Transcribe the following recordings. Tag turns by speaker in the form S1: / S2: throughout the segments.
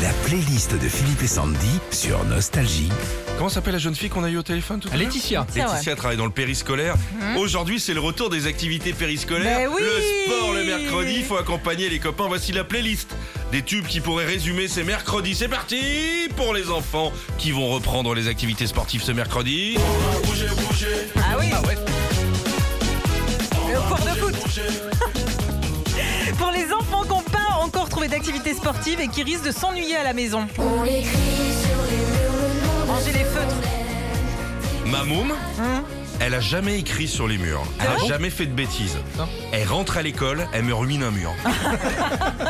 S1: La playlist de Philippe et Sandy sur Nostalgie.
S2: Comment s'appelle la jeune fille qu'on a eu au téléphone tout à l'heure
S3: Laetitia.
S4: C'est vrai.
S2: Laetitia travaille dans le périscolaire. Aujourd'hui, c'est le retour des activités périscolaires.
S4: Mais Ben oui
S2: le sport le mercredi, il faut accompagner les copains. Voici la playlist des tubes qui pourraient résumer ces mercredis. C'est parti pour les enfants qui vont reprendre les activités sportives ce mercredi.
S4: Ah oui Le cours de foot Pour les enfants qui n'ont pas encore trouvé d'activité sportive et qui risquent de s'ennuyer à la maison,
S5: On l'écrit sur les murs le nom de
S4: rangez les feutres.
S2: Ma môme,
S4: Mmh.
S2: elle a jamais écrit sur les murs. Elle
S4: Ah
S2: a jamais fait de bêtises.
S3: Non.
S2: Elle rentre à l'école, elle me rumine un mur.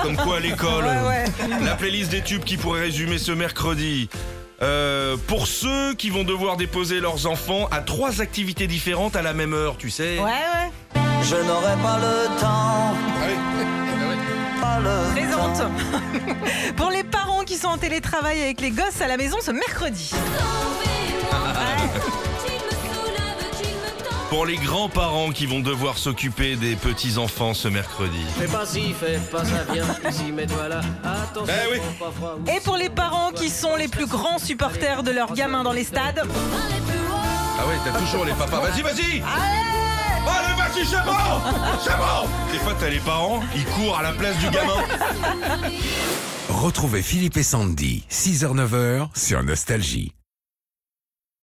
S2: Comme quoi à l'école.
S4: Ouais, ouais.
S2: La playlist des tubes qui pourrait résumer ce mercredi. Euh, pour ceux qui vont devoir déposer leurs enfants à trois activités différentes à la même heure, tu sais.
S4: Ouais, ouais.
S6: Je n'aurai pas le temps.
S2: Ah
S6: Pas le
S4: Très honte. Pour les parents qui sont en télétravail avec les gosses à la maison ce mercredi.
S2: Pour les grands-parents qui vont devoir s'occuper des petits-enfants ce mercredi.
S7: Fais pas si, fais pas ça, viens ici, mets-toi là. Attention,
S2: Eh oui.
S7: prends pas froid.
S4: Et pour les parents qui sont les plus grands supporters de leurs gamins dans les stades.
S2: Ah ouais, t'as toujours les papas. Vas-y, vas-y Allez, vas-y, c'est bon C'est bon Des fois, t'as les parents, ils courent à la place du gamin.
S1: Retrouvez Philippe et Sandy, 6h-9h sur Nostalgie.